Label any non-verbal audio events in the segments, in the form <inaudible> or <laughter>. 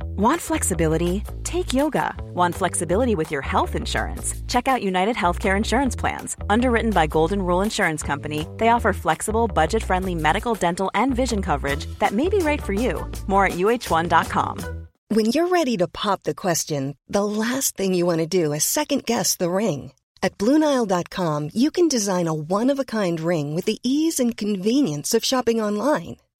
Want flexibility? Take yoga. Want flexibility with your health insurance? Check out United Healthcare Insurance Plans. Underwritten by Golden Rule Insurance Company, they offer flexible, budget friendly medical, dental, and vision coverage that may be right for you. More at uh1.com. When you're ready to pop the question, the last thing you want to do is second guess the ring. At Bluenile.com, you can design a one of a kind ring with the ease and convenience of shopping online.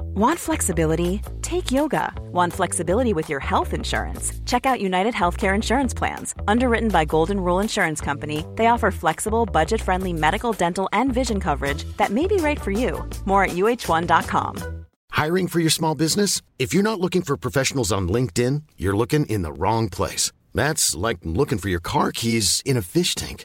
Want flexibility? Take yoga. Want flexibility with your health insurance? Check out United Healthcare Insurance Plans. Underwritten by Golden Rule Insurance Company, they offer flexible, budget friendly medical, dental, and vision coverage that may be right for you. More at uh1.com. Hiring for your small business? If you're not looking for professionals on LinkedIn, you're looking in the wrong place. That's like looking for your car keys in a fish tank.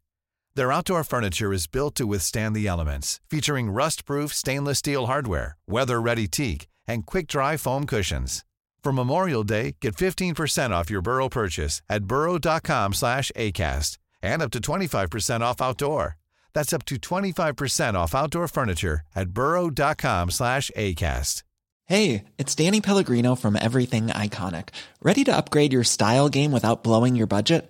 Their outdoor furniture is built to withstand the elements, featuring rust-proof stainless steel hardware, weather-ready teak, and quick-dry foam cushions. For Memorial Day, get 15% off your Burrow purchase at burrow.com slash ACAST and up to 25% off outdoor. That's up to 25% off outdoor furniture at burrow.com slash ACAST. Hey, it's Danny Pellegrino from Everything Iconic. Ready to upgrade your style game without blowing your budget?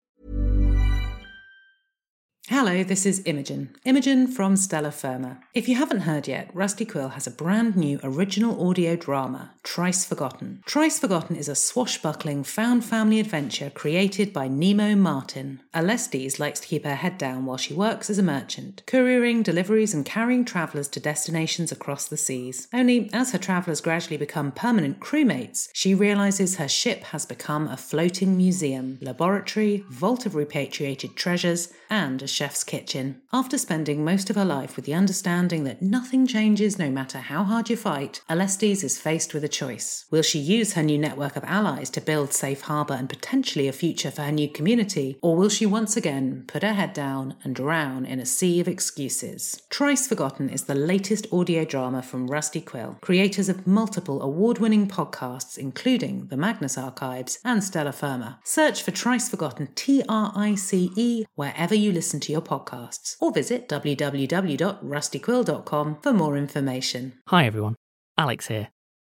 Hello, this is Imogen. Imogen from Stella Firma. If you haven't heard yet, Rusty Quill has a brand new original audio drama, Trice Forgotten. Trice Forgotten is a swashbuckling found family adventure created by Nemo Martin. Alestes likes to keep her head down while she works as a merchant, couriering deliveries and carrying travellers to destinations across the seas. Only, as her travellers gradually become permanent crewmates, she realises her ship has become a floating museum, laboratory, vault of repatriated treasures, and a chef's kitchen. After spending most of her life with the understanding that nothing changes no matter how hard you fight, Alestes is faced with a choice. Will she use her new network of allies to build safe harbour and potentially a future for her new community, or will she once again put her head down and drown in a sea of excuses? Trice Forgotten is the latest audio drama from Rusty Quill, creators of multiple award winning podcasts, including The Magnus Archives and Stella Firma. Search for Trice Forgotten, T R I C E, wherever you listen to your podcasts or visit www.rustyquill.com for more information. Hi everyone, Alex here.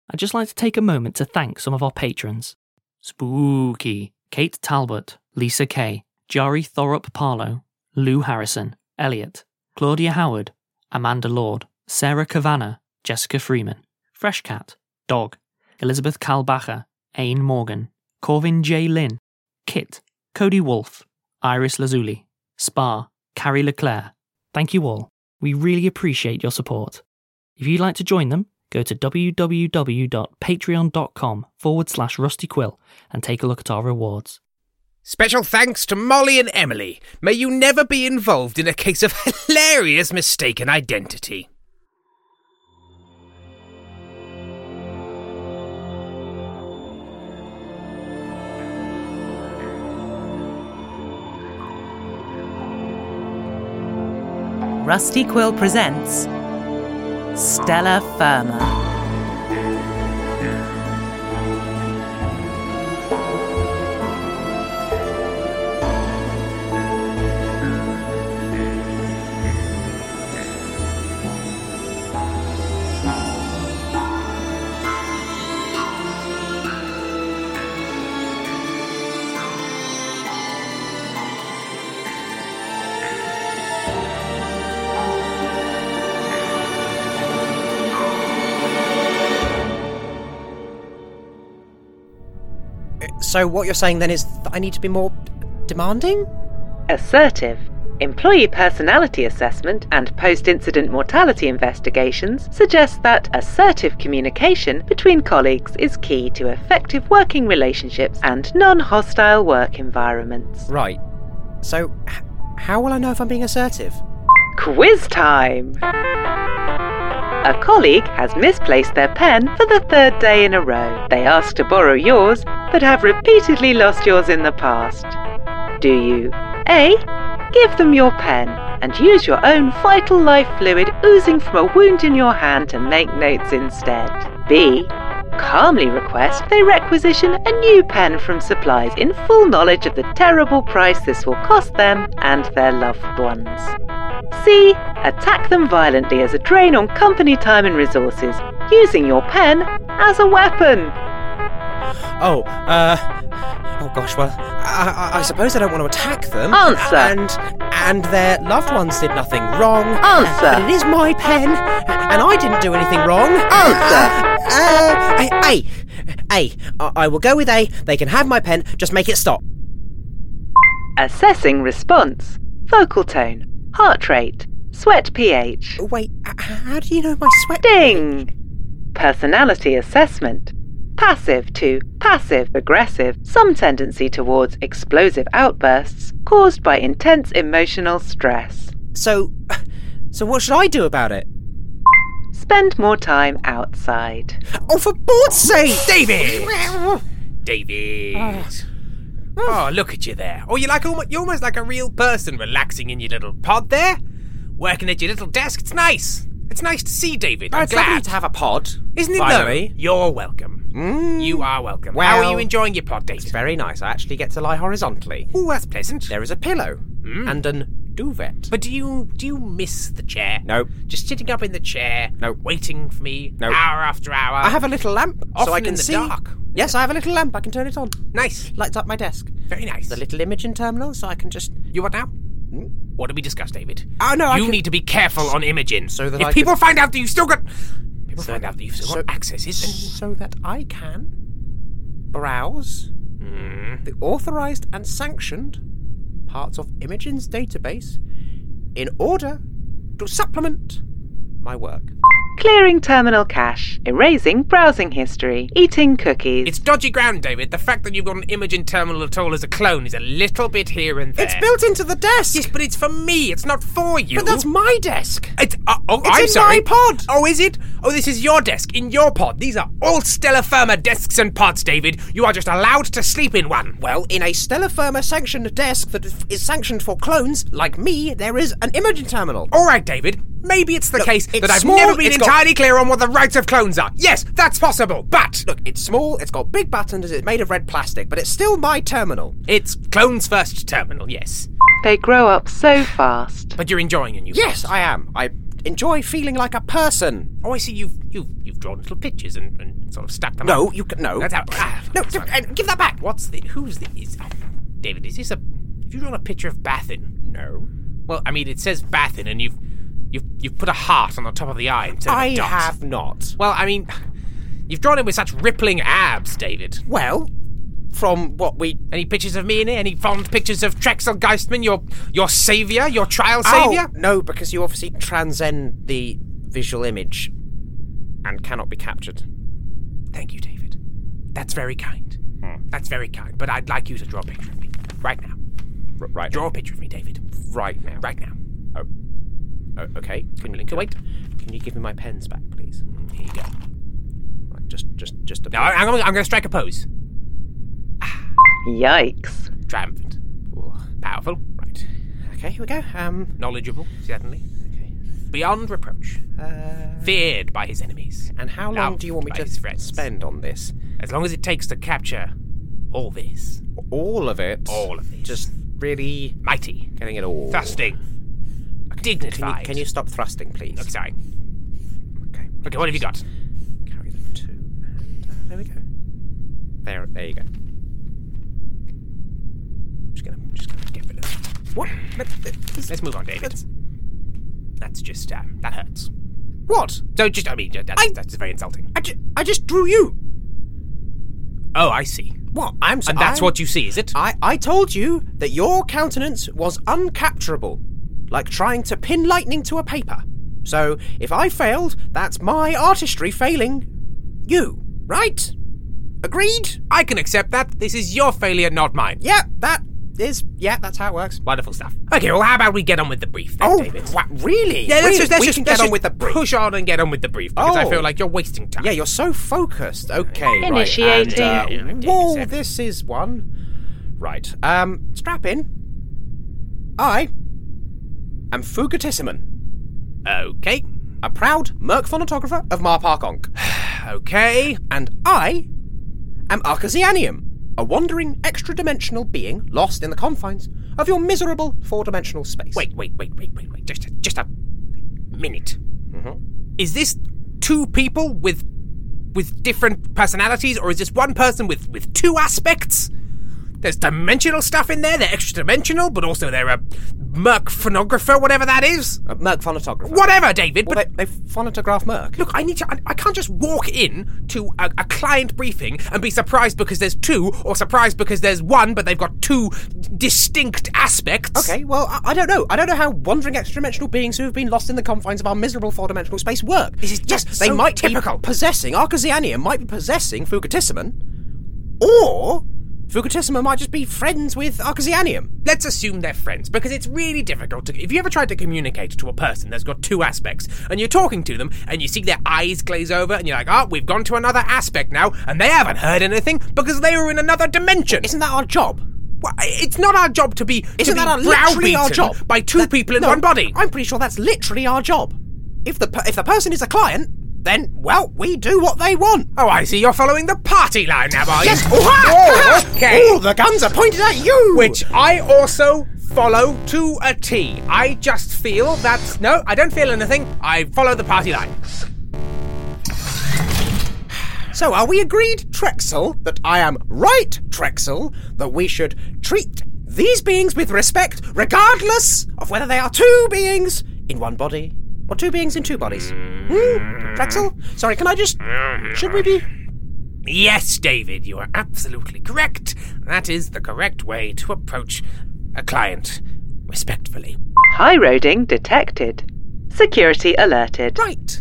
I'd just like to take a moment to thank some of our patrons Spooky, Kate Talbot, Lisa Kay, Jari Thorup Parlow, Lou Harrison, Elliot, Claudia Howard, Amanda Lord, Sarah Cavana, Jessica Freeman, Fresh Cat, Dog, Elizabeth Kalbacher, Ayn Morgan, Corvin J. Lynn, Kit, Cody Wolfe, Iris Lazuli, Spa, Carrie Leclerc. Thank you all. We really appreciate your support. If you'd like to join them, go to www.patreon.com forward slash rusty quill and take a look at our rewards. Special thanks to Molly and Emily. May you never be involved in a case <laughs> of hilarious mistaken identity. Rusty Quill presents Stella Firma. So what you're saying then is that I need to be more demanding? Assertive. Employee personality assessment and post incident mortality investigations suggest that assertive communication between colleagues is key to effective working relationships and non hostile work environments. Right. So h- how will I know if I'm being assertive? Quiz time! A colleague has misplaced their pen for the third day in a row. They ask to borrow yours, but have repeatedly lost yours in the past. Do you A. Give them your pen and use your own vital life fluid oozing from a wound in your hand to make notes instead? B. Calmly request they requisition a new pen from supplies in full knowledge of the terrible price this will cost them and their loved ones. C. Attack them violently as a drain on company time and resources, using your pen as a weapon. Oh, uh, oh gosh. Well, I, I, I suppose I don't want to attack them. Answer. And and their loved ones did nothing wrong. Answer. But it is my pen, and I didn't do anything wrong. Answer. Uh, uh, A. A. I, I will go with A. They can have my pen, just make it stop. Assessing response, vocal tone, heart rate, sweat pH. Oh, Wait, how do you know my sweat? Ding! Personality assessment. Passive to passive aggressive, some tendency towards explosive outbursts caused by intense emotional stress. So, <sighs> so what should I do about it? Spend more time outside. Oh, for God's sake! David! David! Oh, look at you there. Oh, you're like almost, you're almost like a real person relaxing in your little pod there, working at your little desk. It's nice. It's nice to see David. I'm it's glad. lovely to have a pod. Isn't it finally. Mm. though? You're welcome. You are welcome. How Well- are you enjoying your pod, David? Very nice. I actually get to lie horizontally. Oh, that's pleasant. Mm. There is a pillow and an duvet. But do you do you miss the chair? No. Just sitting up in the chair. No. Waiting for me. No. Hour after hour. I have a little lamp, Often so I can in the see. dark. Yes, I have a little lamp. I can turn it on. nice. Lights up my desk. Very nice. The little Imogen terminal, so I can just. You what now? What did we discuss, David? Oh, no, I You can- need to be careful on Imogen. So that if I people can- find out that you've still got people find out that you've still so- got accesses, So that I can browse Hmm. the authorized and sanctioned parts of Imogen's database in order to supplement my work. Clearing terminal cache, erasing browsing history, eating cookies. it's dodgy ground, David. The fact that you've got an Imogen terminal at all as a clone is a little bit here and there. It's built into the desk! Yes, but it's for me. It's not for you. But that's my desk! It's, uh, oh, It's I'm in sorry. my pod. Oh, is it? Oh, this is your desk in your pod. These are all Stella Firma desks and pods, David. You are just allowed to sleep in one. Well, in a Stella Firma sanctioned desk that is- is sanctioned for clones like me, there is an Imogen terminal. All right, David. Maybe it's the Look, case it's that I've small, never been it's got- entirely clear on what the rights of clones are. Yes, that's possible. But Look, it's small, it's got big buttons, it's made of red plastic, but it's still my terminal. it's clones first terminal. Yes, They grow up so fast. but you're enjoying a new. Yes, pod. I am. I enjoy feeling like a person. Oh, I see. You've you've you've drawn little pictures and, and sort of stacked them. No, up. you can no. That's how. Ah, no, that's d- fine. uh, give that back. What's the? Who's the? Is, oh, David, is this a? Have you drawn a picture of Bathin? No. Well, I mean, it says Bathin, and you've you've you've put a heart on the top of the eye instead of a I dot. have not. Well, I mean, you've drawn him with such rippling abs, David. Well, from what we Any pictures of me in it? Any fond pictures of Trexel Geistman, your your savior, your trial savior? Ow! Oh, no, because you obviously transcend the visual image and cannot be captured. Thank you, David. That's very kind. Hmm. That's very kind. But I'd like you to draw a picture of me right now. R- right. Draw a picture of me, David. Right now. Right now. O- okay. Can you Link await. Can you give me my pens back, please? Mm, Here you go. Right, just just just a Now I- I'm, gonna- I'm going to strike a pose. Yikes. Triumphant, powerful, Right. Okay, here we go. Um knowledgeable, certainly, okay. beyond reproach, Uh, feared by his enemies. and how long Loved do you want me by to his friends. spend on this? As long as it takes to capture all this, All of it. all of this, Just really mighty, getting it all. thrusting, Can you, dignified. can you stop thrusting, please? Look, sorry. Okay. Okay, what have you got? Carry them two. And, uh, there we go. There, there you go. Just gonna, just gonna get rid of that. What? Let, us move on, David. That's, just um, that hurts. What? So just, I mean, that's, I- that's very insulting. I, ju- I just drew you. Oh, I see. What? I'm. And that's I'm- what you see, is it? I I told you that your countenance was uncapturable, like trying to pin lightning to a paper. So if I failed, that's my artistry failing. You, right? Agreed? I can accept that. This is your failure, not mine. Yeah, that is. Yeah, that's how it works. Wonderful stuff. Okay, well, how about we get on with the brief then, Oh, David? what, really? Yeah, let's Really? just, let's we just can get get on on with the brief. Push on and get on with the brief because I Oh. feel like you're wasting time. Yeah, you're so focused. Okay, right. Initiating. And, uh, Initiating. whoa, this is one. Right. Um, strap in. I am Fugatissiman, Okay. a proud Merc phonotographer of Mar Parkonk. <sighs> Okay. And I am Arkazianium, a wandering extra-dimensional being lost in the confines of your miserable four-dimensional space. Wait, wait, wait, wait, wait, wait. Just, a, just a minute. Mm-hmm. Is this two people with with different personalities, or is this one person with with two aspects? There's dimensional stuff in there. They're extra dimensional, but also they're a Merc phonographer, whatever that is. A Merc phonographer. Whatever, David. Well, they, they phonograph Merc. Look, I need to. I, I can't just walk in to a, a client briefing and be surprised because there's two, or surprised because there's one, but they've got two distinct aspects. Okay, well, I, I don't know. I don't know how wandering extra-dimensional beings who have been lost in the confines of our miserable four-dimensional space work. This is just yes, they so might typical. be possessing Arcasiania might be possessing Fugitissiman, or Fugitissiman might just be friends with Arcasianium. Let's assume they're friends because it's really difficult to. If you ever tried to communicate to a person that's got two aspects and you're talking to them and you see their eyes glaze over and you're like, oh, we've gone to another aspect now and they haven't heard anything because they were in another dimension. Isn't that our job? Well, it's not our job to be. Isn't to be that our, literally our browbeaten job? By two That- people in no, one body. I'm pretty sure that's literally our job. If the per- if the person is a client, then well, we do what they want. oh, I see you're following the party line now, are you? Yes. Oh, ha! Oh, okay. All the guns are pointed at you. Which I also follow to a T. I just feel that. No, I don't feel anything. I follow the party line. So are we agreed, Trexel, that I am right, Trexel, that we should treat these beings with respect, regardless of whether they are two beings in one body or two beings in two bodies? Hmm? Trexel, sorry, can I just? Should we be? Yes, David, you are absolutely correct. That is the correct way to approach a client respectfully. High roading detected. Security alerted. Right.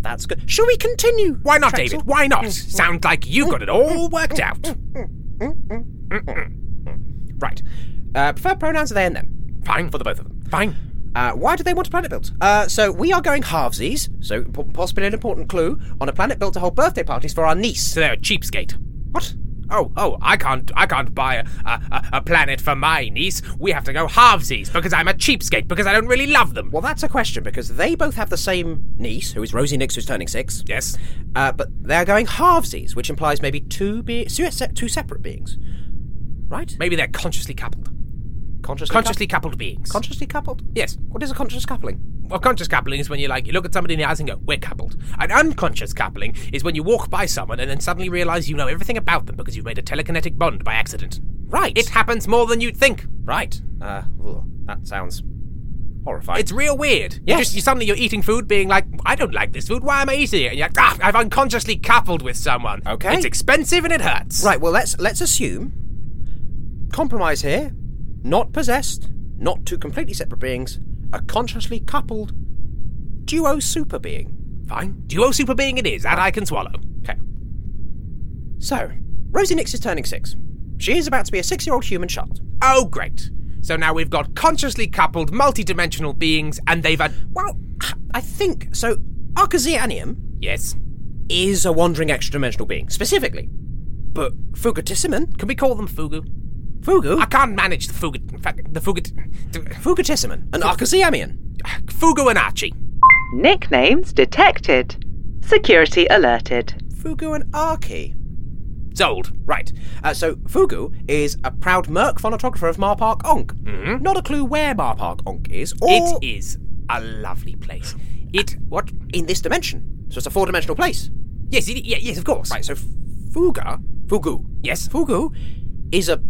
That's good. Shall we continue? Mm. Why not, Trexel? David? Why not? Sounds like you got it all worked out. Right. Uh, preferred pronouns are they and them. Fine for the both of them. Fine. Uh, why do they want a planet built? Uh, so we are going halvesies. So p- possibly an important clue on a planet built to hold birthday parties for our niece. So they're a cheapskate. What? Oh, oh, I can't, I can't buy a, a, a- a planet for my niece. We have to go halvesies because I'm a cheapskate because I don't really love them. Well, that's a question because they both have the same niece, who is Rosie Nix, who's turning six. Yes. Uh, but they're going halvesies, which implies maybe two be- su- se- two separate beings, right? Maybe they're consciously coupled. Consciously, Consciously coup- coupled beings. consciously coupled. yes. What is a conscious coupling? Well, conscious coupling is when you like you look at somebody in the eyes and go, "We're coupled." An unconscious coupling is when you walk by someone and then suddenly realize you know everything about them because you've made a telekinetic bond by accident. Right. It happens more than you'd think. right. Uh, ugh, that sounds horrifying. It's real weird. You Yes. Just, you suddenly you're eating food, being like, "I don't like this food. Why am I eating it?" And you're like, "Ah, I've unconsciously coupled with someone. Okay. It's expensive and it hurts. Right. Well, let's let's assume compromise here. Not possessed. Not two completely separate beings. A consciously coupled duo super being. Fine. Duo super being it is that I can swallow. Okay. So, Rosie Nix is turning six. She is about to be a six-year-old human child. Oh, great. So now we've got consciously coupled multidimensional beings, and they've had Well, I think so. Arcasianium yes. is a wandering extra-dimensional being, specifically. But Fugitissiman, Can we call them Fugu? Fugu, I can't manage the Fugu. in fact, The Fugu. Fugitissiman, an Arcasiamian. Fugu and Archie. Nicknames detected. Security alerted. Fugu and Arki. Zold. Right. Uh, so Fugu is a proud Merc phonographer of Mar Park Onk. Mm-hmm. Not a clue where Mar Park Onk is, or It is a lovely place. It. <gasps> What? in this dimension. So it's a four-dimensional place. Yes, it, yeah, yes, of course. Right. So Fuga, Fugu, Yes. Fugu is a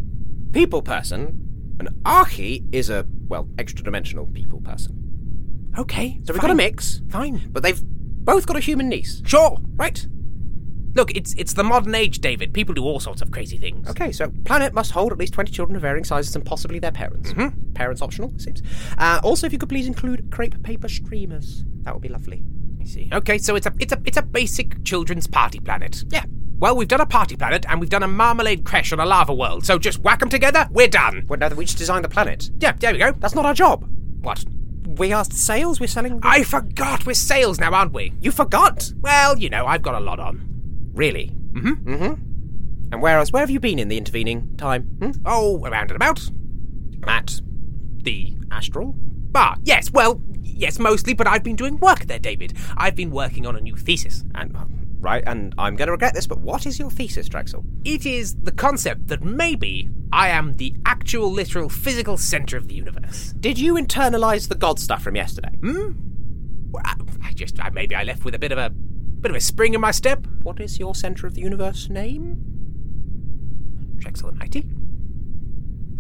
people person, and Archie is a well extra-dimensional people person. Okay. So we've got a mix, Fine. but they've both got a human niece. Sure. Right. Look, it's it's the modern age, David. People do all sorts of crazy things. Okay, so planet must hold at least 20 children of varying sizes and possibly their parents. Mm-hmm. Parents optional, it seems. Uh, also, if you could please include crepe paper streamers, that would be lovely. I see. Okay, so it's a it's a it's a basic children's party planet. Yeah. Well, we've done a party planet and we've done a marmalade crash on a lava world. So just whack 'em together. We're done. Well, now that we just designed the planet. Yeah, there we go. That's not our job. What? We are sales, we're selling. I forgot. We're sales now, aren't we? You forgot! Well, you know, I've got a lot on. Really? Mm hmm. Mm Mm-hmm. hmm. And where else? Where have you been in the intervening time? Hmm? Oh, around and about. Matt. The Astral? bar. Yes, well, yes, mostly, but I've been doing work there, David. I've been working on a new thesis. And. Right, and I'm going to regret this, but what is your thesis, Drexel? It is the concept that maybe I am the actual, literal, physical center of the universe. Did you internalize the god stuff from yesterday? Well, I, I just, I, maybe I left with a bit of a, bit of a spring in my step. What is your center of the universe name? Drexel and Mighty.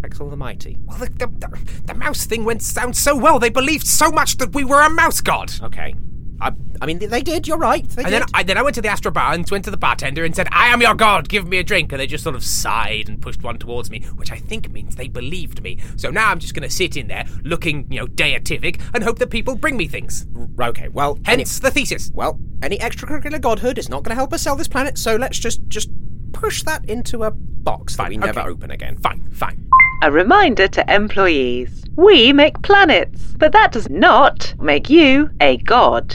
Axel the Mighty. Well, the, the, the, the mouse thing went down so well. They believed so much that we were a mouse god. Okay. I, I mean, they- they did, you're right. They and did. then I, then I went to the Astro Bar and went to the bartender and said, I am your god, give me a drink. And they just sort of sighed and pushed one towards me, which I think means they believed me. So now I'm just going to sit in there looking, you know, deific and hope that people bring me things. R- okay, well. any- Hence the thesis. well, any extracurricular godhood is not going to help us sell this planet, so let's just just push that into a box that we never okay. open again. Fine, fine. A reminder to employees we make planets, but that does not make you a god.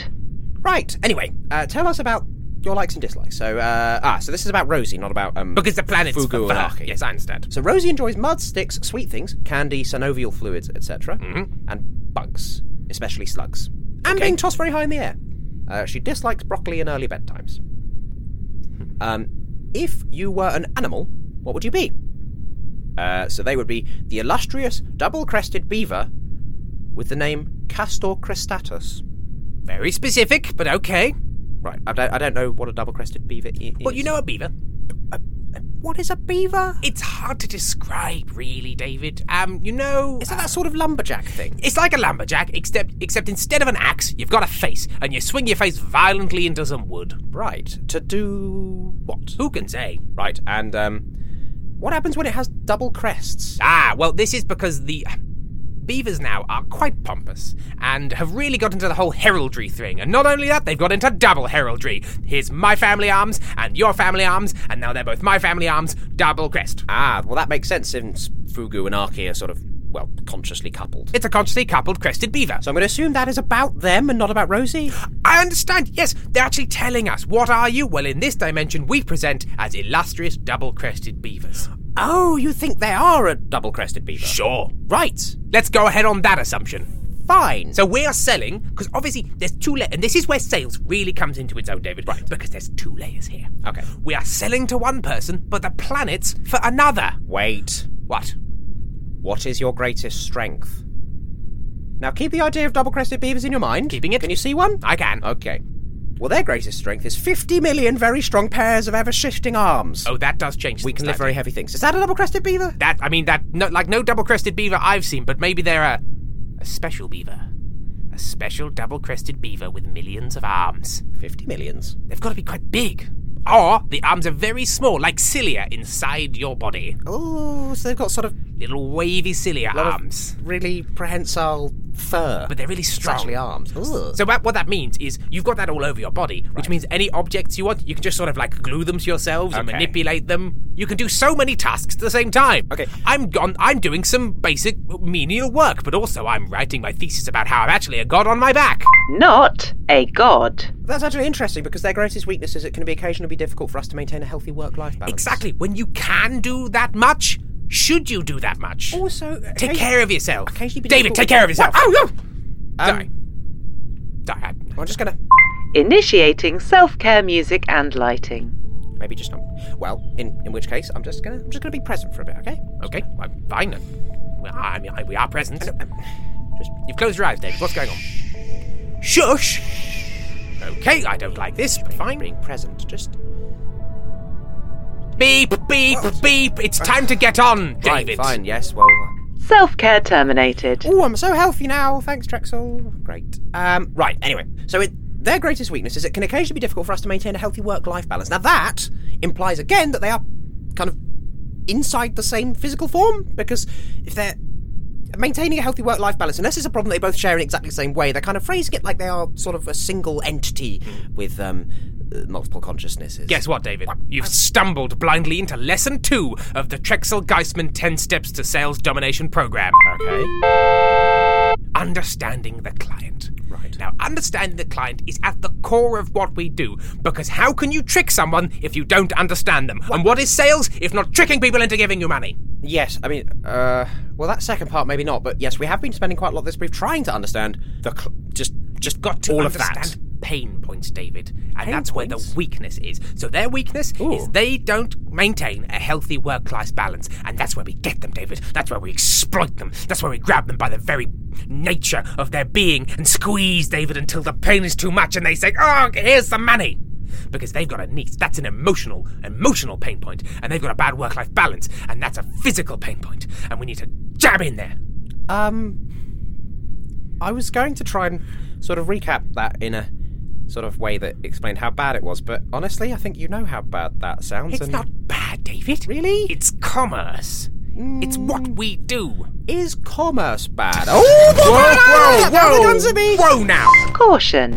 Right. Anyway, uh, tell us about your likes and dislikes. So, uh, ah, so this is about Rosie, not about um. Because the planet's Fugu for, for her. Anarchy. Yes, I understand. So Rosie enjoys mud, sticks, sweet things, candy, synovial fluids, etc., Mm-hmm. and bugs, especially slugs, and being tossed very high in the air. Uh, she dislikes broccoli in early bedtimes. Um, if you were an animal, what would you be? Uh, so they would be the illustrious double-crested beaver with the name Castor cristatus. Very specific, but okay. Right, I don't, I don't know what a double-crested beaver i- is. Well, you know a beaver. what is a beaver? It's hard to describe, really, David. Um, you know, Isn't that sort of lumberjack thing? It's like a lumberjack, except except instead of an axe, you've got a face, and you swing your face violently into some wood. Right. To do what? Who can say? Right. And um, what happens when it has double crests? Ah, well, this is because the beavers now are quite pompous and have really got into the whole heraldry thing. And not only that, they've got into double heraldry. Here's my family arms and your family arms, and now they're both my family arms, double crest. Ah, well that makes sense since Fugu and Arki are sort of well consciously coupled. It's a consciously coupled crested beaver. so I'm going to assume that is about them and not about Rosie. I understand. Yes, they're actually telling us what are you? Well, in this dimension, we present as illustrious double-crested beavers. Oh, you think they are a double crested beaver? Sure. Right. Let's go ahead on that assumption. Fine. So we are selling because obviously there's two layers, and this is where sales really comes into its own, David. Right. Because there's two layers here. Okay. We are selling to one person, but the planets for another. wait. What? What is your greatest strength? Now keep the idea of double crested beavers in your mind. Keeping it. Can you see one? I can. Okay. Well, their greatest strength is 50 million very strong pairs of ever shifting arms. Oh, that does change. we things can lift very slightly. heavy things. Is that a double crested beaver? That I mean that no, like no double-crested beaver I've seen, but maybe they're a a special beaver, a special double-crested beaver with millions of arms. 50 millions. They've got to be quite big, or the arms are very small, like cilia inside your body, Oh, so they've got sort of little wavy cilia lot of arms. really prehensile fur. but they're really strong. actually arms. Ugh. So what what that means is you've got that all over your body, which means any objects you want, you can just sort of like glue them to yourselves and Okay. manipulate them. You can do so many tasks at the same time. Okay. I'm gone. I'm doing some basic menial work, but also I'm writing my thesis about how I'm actually a god on my back. Not a god. That's actually interesting because their greatest weakness is it can be occasionally be difficult for us to maintain a healthy work life balance. Exactly. When you can do that much, should you do that much? Also, take care of yourself, occasionally be David. difficult- Take care of yourself. Wha- oh, Um, Sorry. Sorry. I- I'm just gonna Initiating self care music and lighting. maybe just not. Well, in in which case, I'm just gonna I'm just gonna be present for a bit, okay? Okay. I'm fine. then. Well, I mean, I- um, we are present. Just, you've closed your eyes, David. What's going on? Shush. Okay, I don't like this, but fine. Being present, just Beep, beep, beep. It's time to get on, Right, David. Fine, yes, well. Self care terminated. Oh, I'm so healthy now. Thanks, Drexel. Great. Um, right. Anyway, so it, their greatest weakness is it can occasionally be difficult for us to maintain a healthy work-life balance. Now that implies again that they are kind of inside the same physical form because if they're maintaining a healthy work-life balance, unless it's a problem they both share in exactly the same way, they're kind of phrasing it like they are sort of a single entity with um, uh, multiple consciousnesses. Guess what, David? You've stumbled blindly into lesson two of the Trexel Geisman 10 Steps to Sales Domination program. Okay. understanding the client. Right. Now, understanding the client is at the core of what we do because how can you trick someone if you don't understand them? And what is sales if not tricking people into giving you money? Yes, I mean, uh, well, that second part maybe not, but yes, we have been spending quite a lot this brief trying to understand the cl- just just Got to all understand of that. pain points, David. And Pain that's where points? the weakness is. So their weakness Ooh. is they don't maintain a healthy work-life balance. And that's where we get them, David. That's where we exploit them. That's where we grab them by the very nature of their being and squeeze David until the pain is too much and they say, Oh, here's the money. because they've got a niece. That's an emotional, emotional pain point, and they've got a bad work life balance, and that's a physical pain point, and we need to jab in there. Um, I was going to try and sort of recap that in a sort of way that explained how bad it was, but honestly, I think you know how bad that sounds. It's and not bad, David. Really? It's commerce. It's what we do. Mm. is commerce bad? Oh, the whoa, Throw the whoa. guns at me! Whoa now! Caution.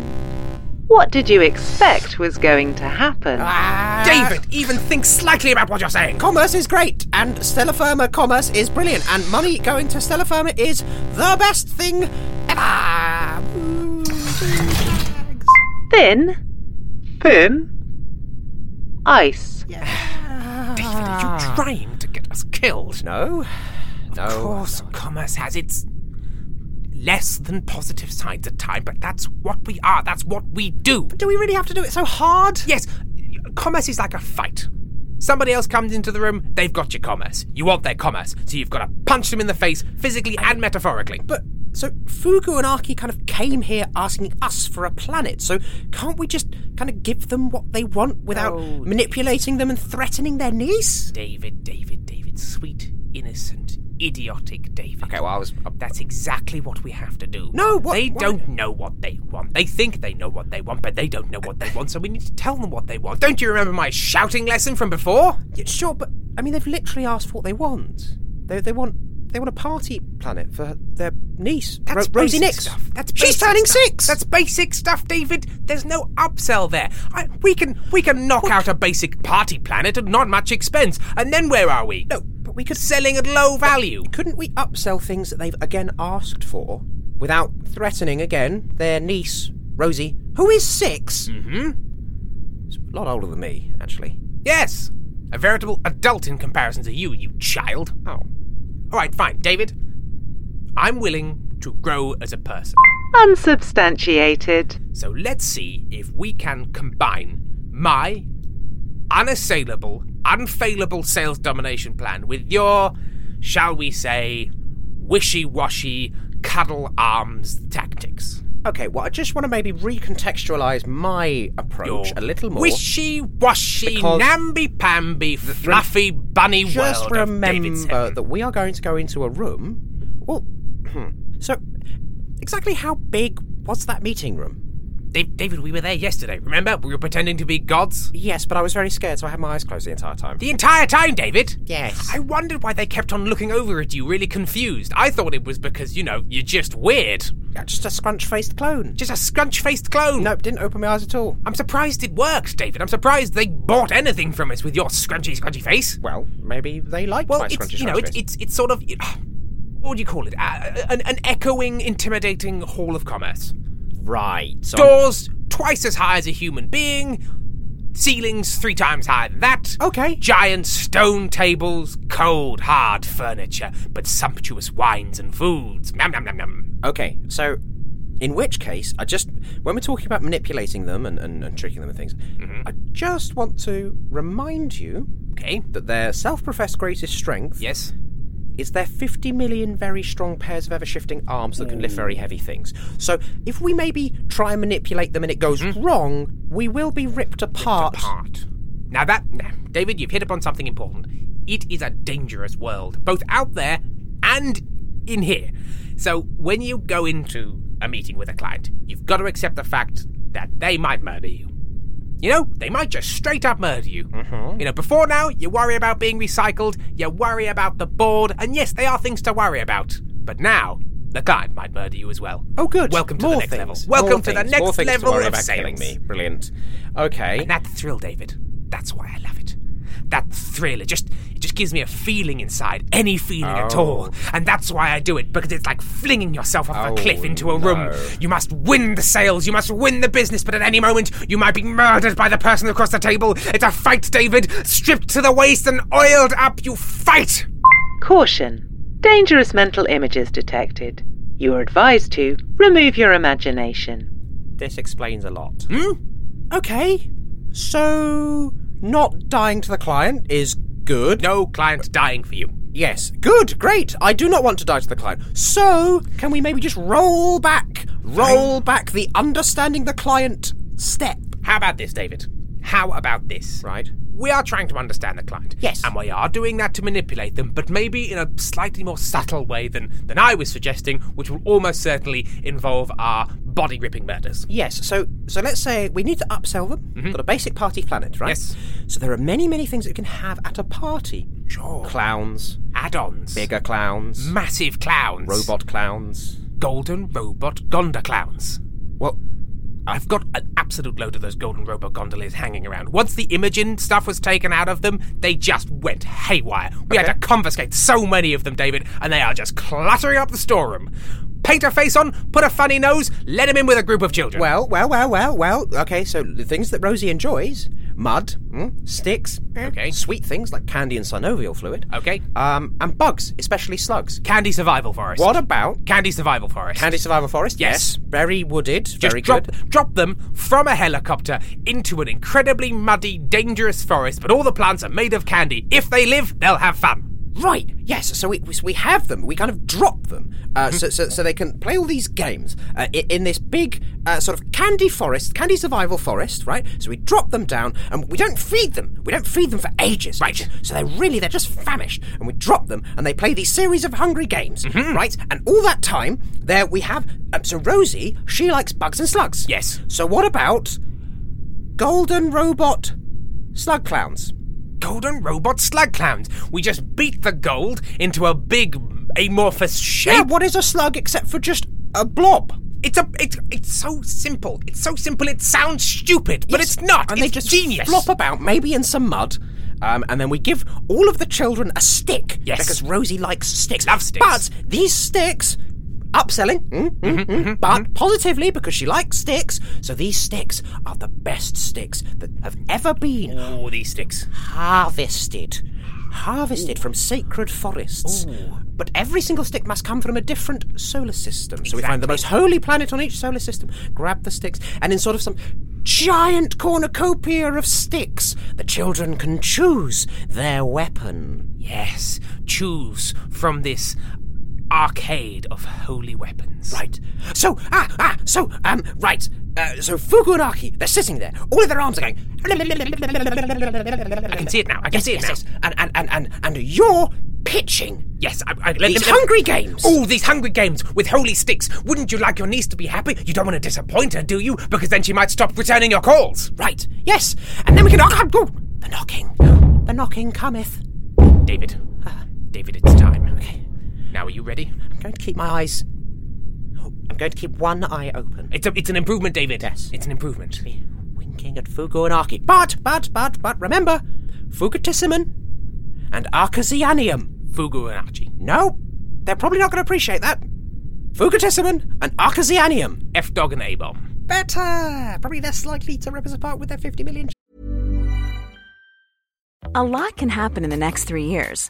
What did you expect was going to happen? Ah. David, even think slightly about what you're saying. Uh, Commerce is great, and Stella Firma commerce is brilliant, and money going to Stella Firma is the best thing ever. Thin. Thin? <sighs> Ice. David, are you trying to get us killed? Ah. No, no. Of course, commerce has its less than positive sides at times, but that's what we are. That's what we do. Do we really have to do it so hard? Yes, commerce is like a fight. Somebody else comes into the room, they've got your commerce. You want their commerce, so you've got to punch them in the face, physically and metaphorically. But so Fugu and Aki kind of came here asking us for a planet. So can't we just kind of give them what they want without Oh, manipulating them and threatening their niece? David, David, David, sweet, innocent, idiotic David. Okay, well, I was- uh, That's exactly what we have to do. No, what- They why- don't know what they want. They think they know what they want, but they don't know what they want, so we need to tell them what they want. Don't you remember my shouting lesson from before? Yeah, sure, but I mean they've literally asked for what they want. They they want they want a party planet for their niece, That's Ro- Rosie basic Nix. Stuff. That's she's basic turning stuff. six. That's basic stuff, David. There's no upsell there. I, we can we can knock out a basic party planet at not much expense, and then where are we? no, but we could selling at low value. Couldn't we upsell things that they've again asked for without threatening again their niece, Rosie, who is 6 Mm-hmm. a lot older than me, actually. Yes, a veritable adult in comparison to you, you child. Oh. All right, fine, David. I'm willing to grow as a person. Unsubstantiated. So let's see if we can combine my unassailable, unfailable sales domination plan with your, shall we say, wishy washy cuddle arms tactics. Okay, well, I just want to maybe recontextualize my approach a little more. Wishy washy, Because- namby pamby, fluffy bunny just world. of David remember Seven. that we are going to go into a room. Well, so exactly how big was that meeting room? Da- David, we were there yesterday, remember? We were pretending to be gods. Yes, but I was very scared, so I had my eyes closed the entire time. The entire time, David. Yes. I wondered why they kept on looking over at you, really confused. I thought it was because, you know, you're just weird. just a scrunch-faced clone. Just a scrunch faced clone. Nope, didn't open my eyes at all. I'm surprised it worked, David. I'm surprised they bought anything from us with your scrunchy, scrunchy face. Well, maybe they like Well, my it's, scrunchy you know, scrunch it's, face. it's, it's sort of. <sighs> What would you call it? Uh, an, an echoing, intimidating hall of commerce. right. So Doors twice as high as a human being, ceilings three times higher than that. Okay. Giant stone tables, cold, hard furniture, but sumptuous wines and foods. Nom nom nom nom. Okay, so in which case, I just when we're talking about manipulating them and, and, and tricking them and things, I just want to remind you Okay. that their self-professed greatest strength Yes. is their 50 million very strong pairs of ever-shifting arms that can lift very heavy things. So if we maybe try and manipulate them and it goes wrong, we will be ripped apart. apart. Now that, now, David, you've hit upon something important. It is a dangerous world, both out there and in here. So when you go into a meeting with a client, you've got to accept the fact that they might murder you. You know, they might just straight up murder you. You know, before now, you worry about being recycled, you worry about the board, and yes, they are things to worry about. But now, the client might murder you as well. Oh, good. Welcome to More the next things. More level. Welcome to the things. More next things to level worry of about sales. killing me. Brilliant. Okay. And that thrill, David, that's why I love it. That thrill, it just it just gives me a feeling inside, any feeling at all. And that's why I do it, because it's like flinging yourself off Oh, a cliff into a room. no. You must win the sales, you must win the business, but at any moment you might be murdered by the person across the table. It's a fight, David, stripped to the waist and oiled up, you fight! Caution. Dangerous mental images detected. You are advised to remove your imagination. This explains a lot. Hmm? Okay. So, not dying to the client is good. No client dying for you. Yes. Good. Great. I do not want to die to the client. So, can we maybe just roll back? Roll back the understanding the client step. How about this, David? How about this? Right. We are trying to understand the client. Yes. And we are doing that to manipulate them, but maybe in a slightly more subtle way than, than I was suggesting, which will almost certainly involve our body ripping murders. Yes, so so let's say we need to upsell them. Got a basic party planet, right? Mm-hmm. Yes. So there are many, many things that you can have at a party. Sure. Clowns, Add ons. bigger clowns, Massive clowns. robot clowns. Golden robot gonda clowns. Well, I've got an absolute load of those golden robot gondoliers hanging around. Once the Imogen stuff was taken out of them, they just went haywire. We had Okay. to confiscate so many of them, David, and they are just cluttering up the storeroom. Paint a face on, put a funny nose, let him in with a group of children. well, well, well, well, well. Okay, so the things that Rosie enjoys: mud, mm, sticks, eh, Okay. sweet things like candy and synovial fluid. Okay. Um, and bugs, especially slugs. Candy Survival Forest. What about Candy Survival Forest. Candy Survival Forest? Yes. Very wooded. Just very drop, good. drop them from a helicopter into an incredibly muddy, dangerous forest, but all the plants are made of candy. If they live, they'll have fun. Right. Yes. So we we- we have them. We kind of drop them. Uh, Mm-hmm. so, so so they can play all these games uh, i- in this big uh, sort of candy forest, candy survival forest, right? So we drop them down, and we don't feed them. We don't feed them for ages. Right. So they're really they're just famished, and we drop them, and they play these series of hungry games, Mm-hmm. right? And all that time there we have. Um, so Rosie, she likes bugs and slugs. Yes. So what about golden robot slug clowns? golden robot slug clowns. We just beat the gold into a big amorphous shape. Yeah, what is a slug except for just a blob? It's a it's it's so simple. It's so simple. It sounds stupid, but Yes, it's not. And it's they just genius. flop about, maybe in some mud. Um, and then we give all of the children a stick. Yes. Because Rosie likes sticks. Loves sticks. But these sticks, upselling, mm, Mm-hmm, mm, mm, but positively because she likes sticks. So these sticks are the best sticks that have ever been All Oh, these sticks. harvested. Harvested from sacred forests. But every single stick must come from a different solar system. So we find the Exactly. most holy planet on each solar system, grab the sticks, and in sort of some giant cornucopia of sticks, the children can choose their weapon. Yes, choose from this arcade of holy weapons. Right. So, ah, ah, so, um, right. Uh, so Fugu and Aki, they're sitting there. All of their arms are going. I I can see it now. I can see it now. And, and, and, and, and you're pitching Yes, I, I, These hungry games. All these hungry games with holy sticks. Wouldn't you like your niece to be happy? You don't want to disappoint her, do you? Because then she might stop returning your calls. Right, yes. And then we can knock. Oh, the knocking. The knocking cometh. David. David, it's time. Okay. Now, are you ready? Ah. I'm going to keep my eyes. I'm going to keep one eye open. It's a, it's an improvement, David. Yes. It's an improvement. Winking at Fugu and Arki. But, but, but, but, remember Fugitissimen and Arcasianium. Fugu and Archie. No, they're probably not going to appreciate that. Fugitissimen and Arcasianium. F Dog and A Bomb. Better! Probably less likely to rip us apart with their 50 million A lot can happen in the next three years.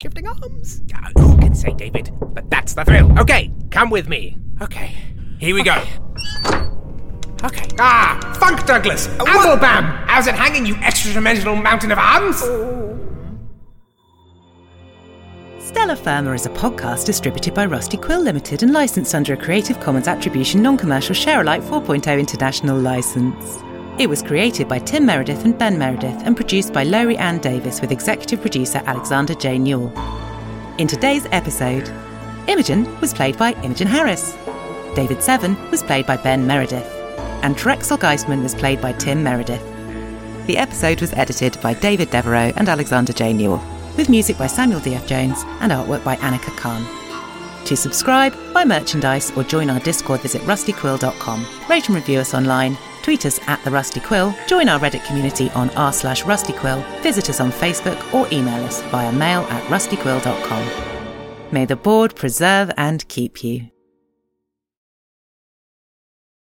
shifting arms. Ah, who can say, David? But that's the thrill. Okay, come with me. Okay, Here we go. okay. Uh, Ah, Funk Douglas! Applebam! How's it hanging, you extra dimensional mountain of arms? Oh, Stella Firma is a podcast distributed by Rusty Quill Limited and licensed under a Creative Commons Attribution Non Commercial Share Alike 4.0 International License. It was created by Tim Meredith and Ben Meredith and produced by Lowry Ann Davis with executive producer Alexander J. Newell. In today's episode, Imogen was played by Imogen Harris. David Seven was played by Ben Meredith. and Drexel Geistman was played by Tim Meredith. The episode was edited by David Devereaux and Alexander J. Newell, with music by Samuel D.F. Jones and artwork by Annika Khan. To subscribe, buy merchandise, or join our Discord, visit rustyquill.com. Rate and review us online, tweet us at the Rusty Quill, join our Reddit community on r slash rustyquill, visit us on Facebook, or email us via mail at rustyquill.com. May the board preserve and keep you.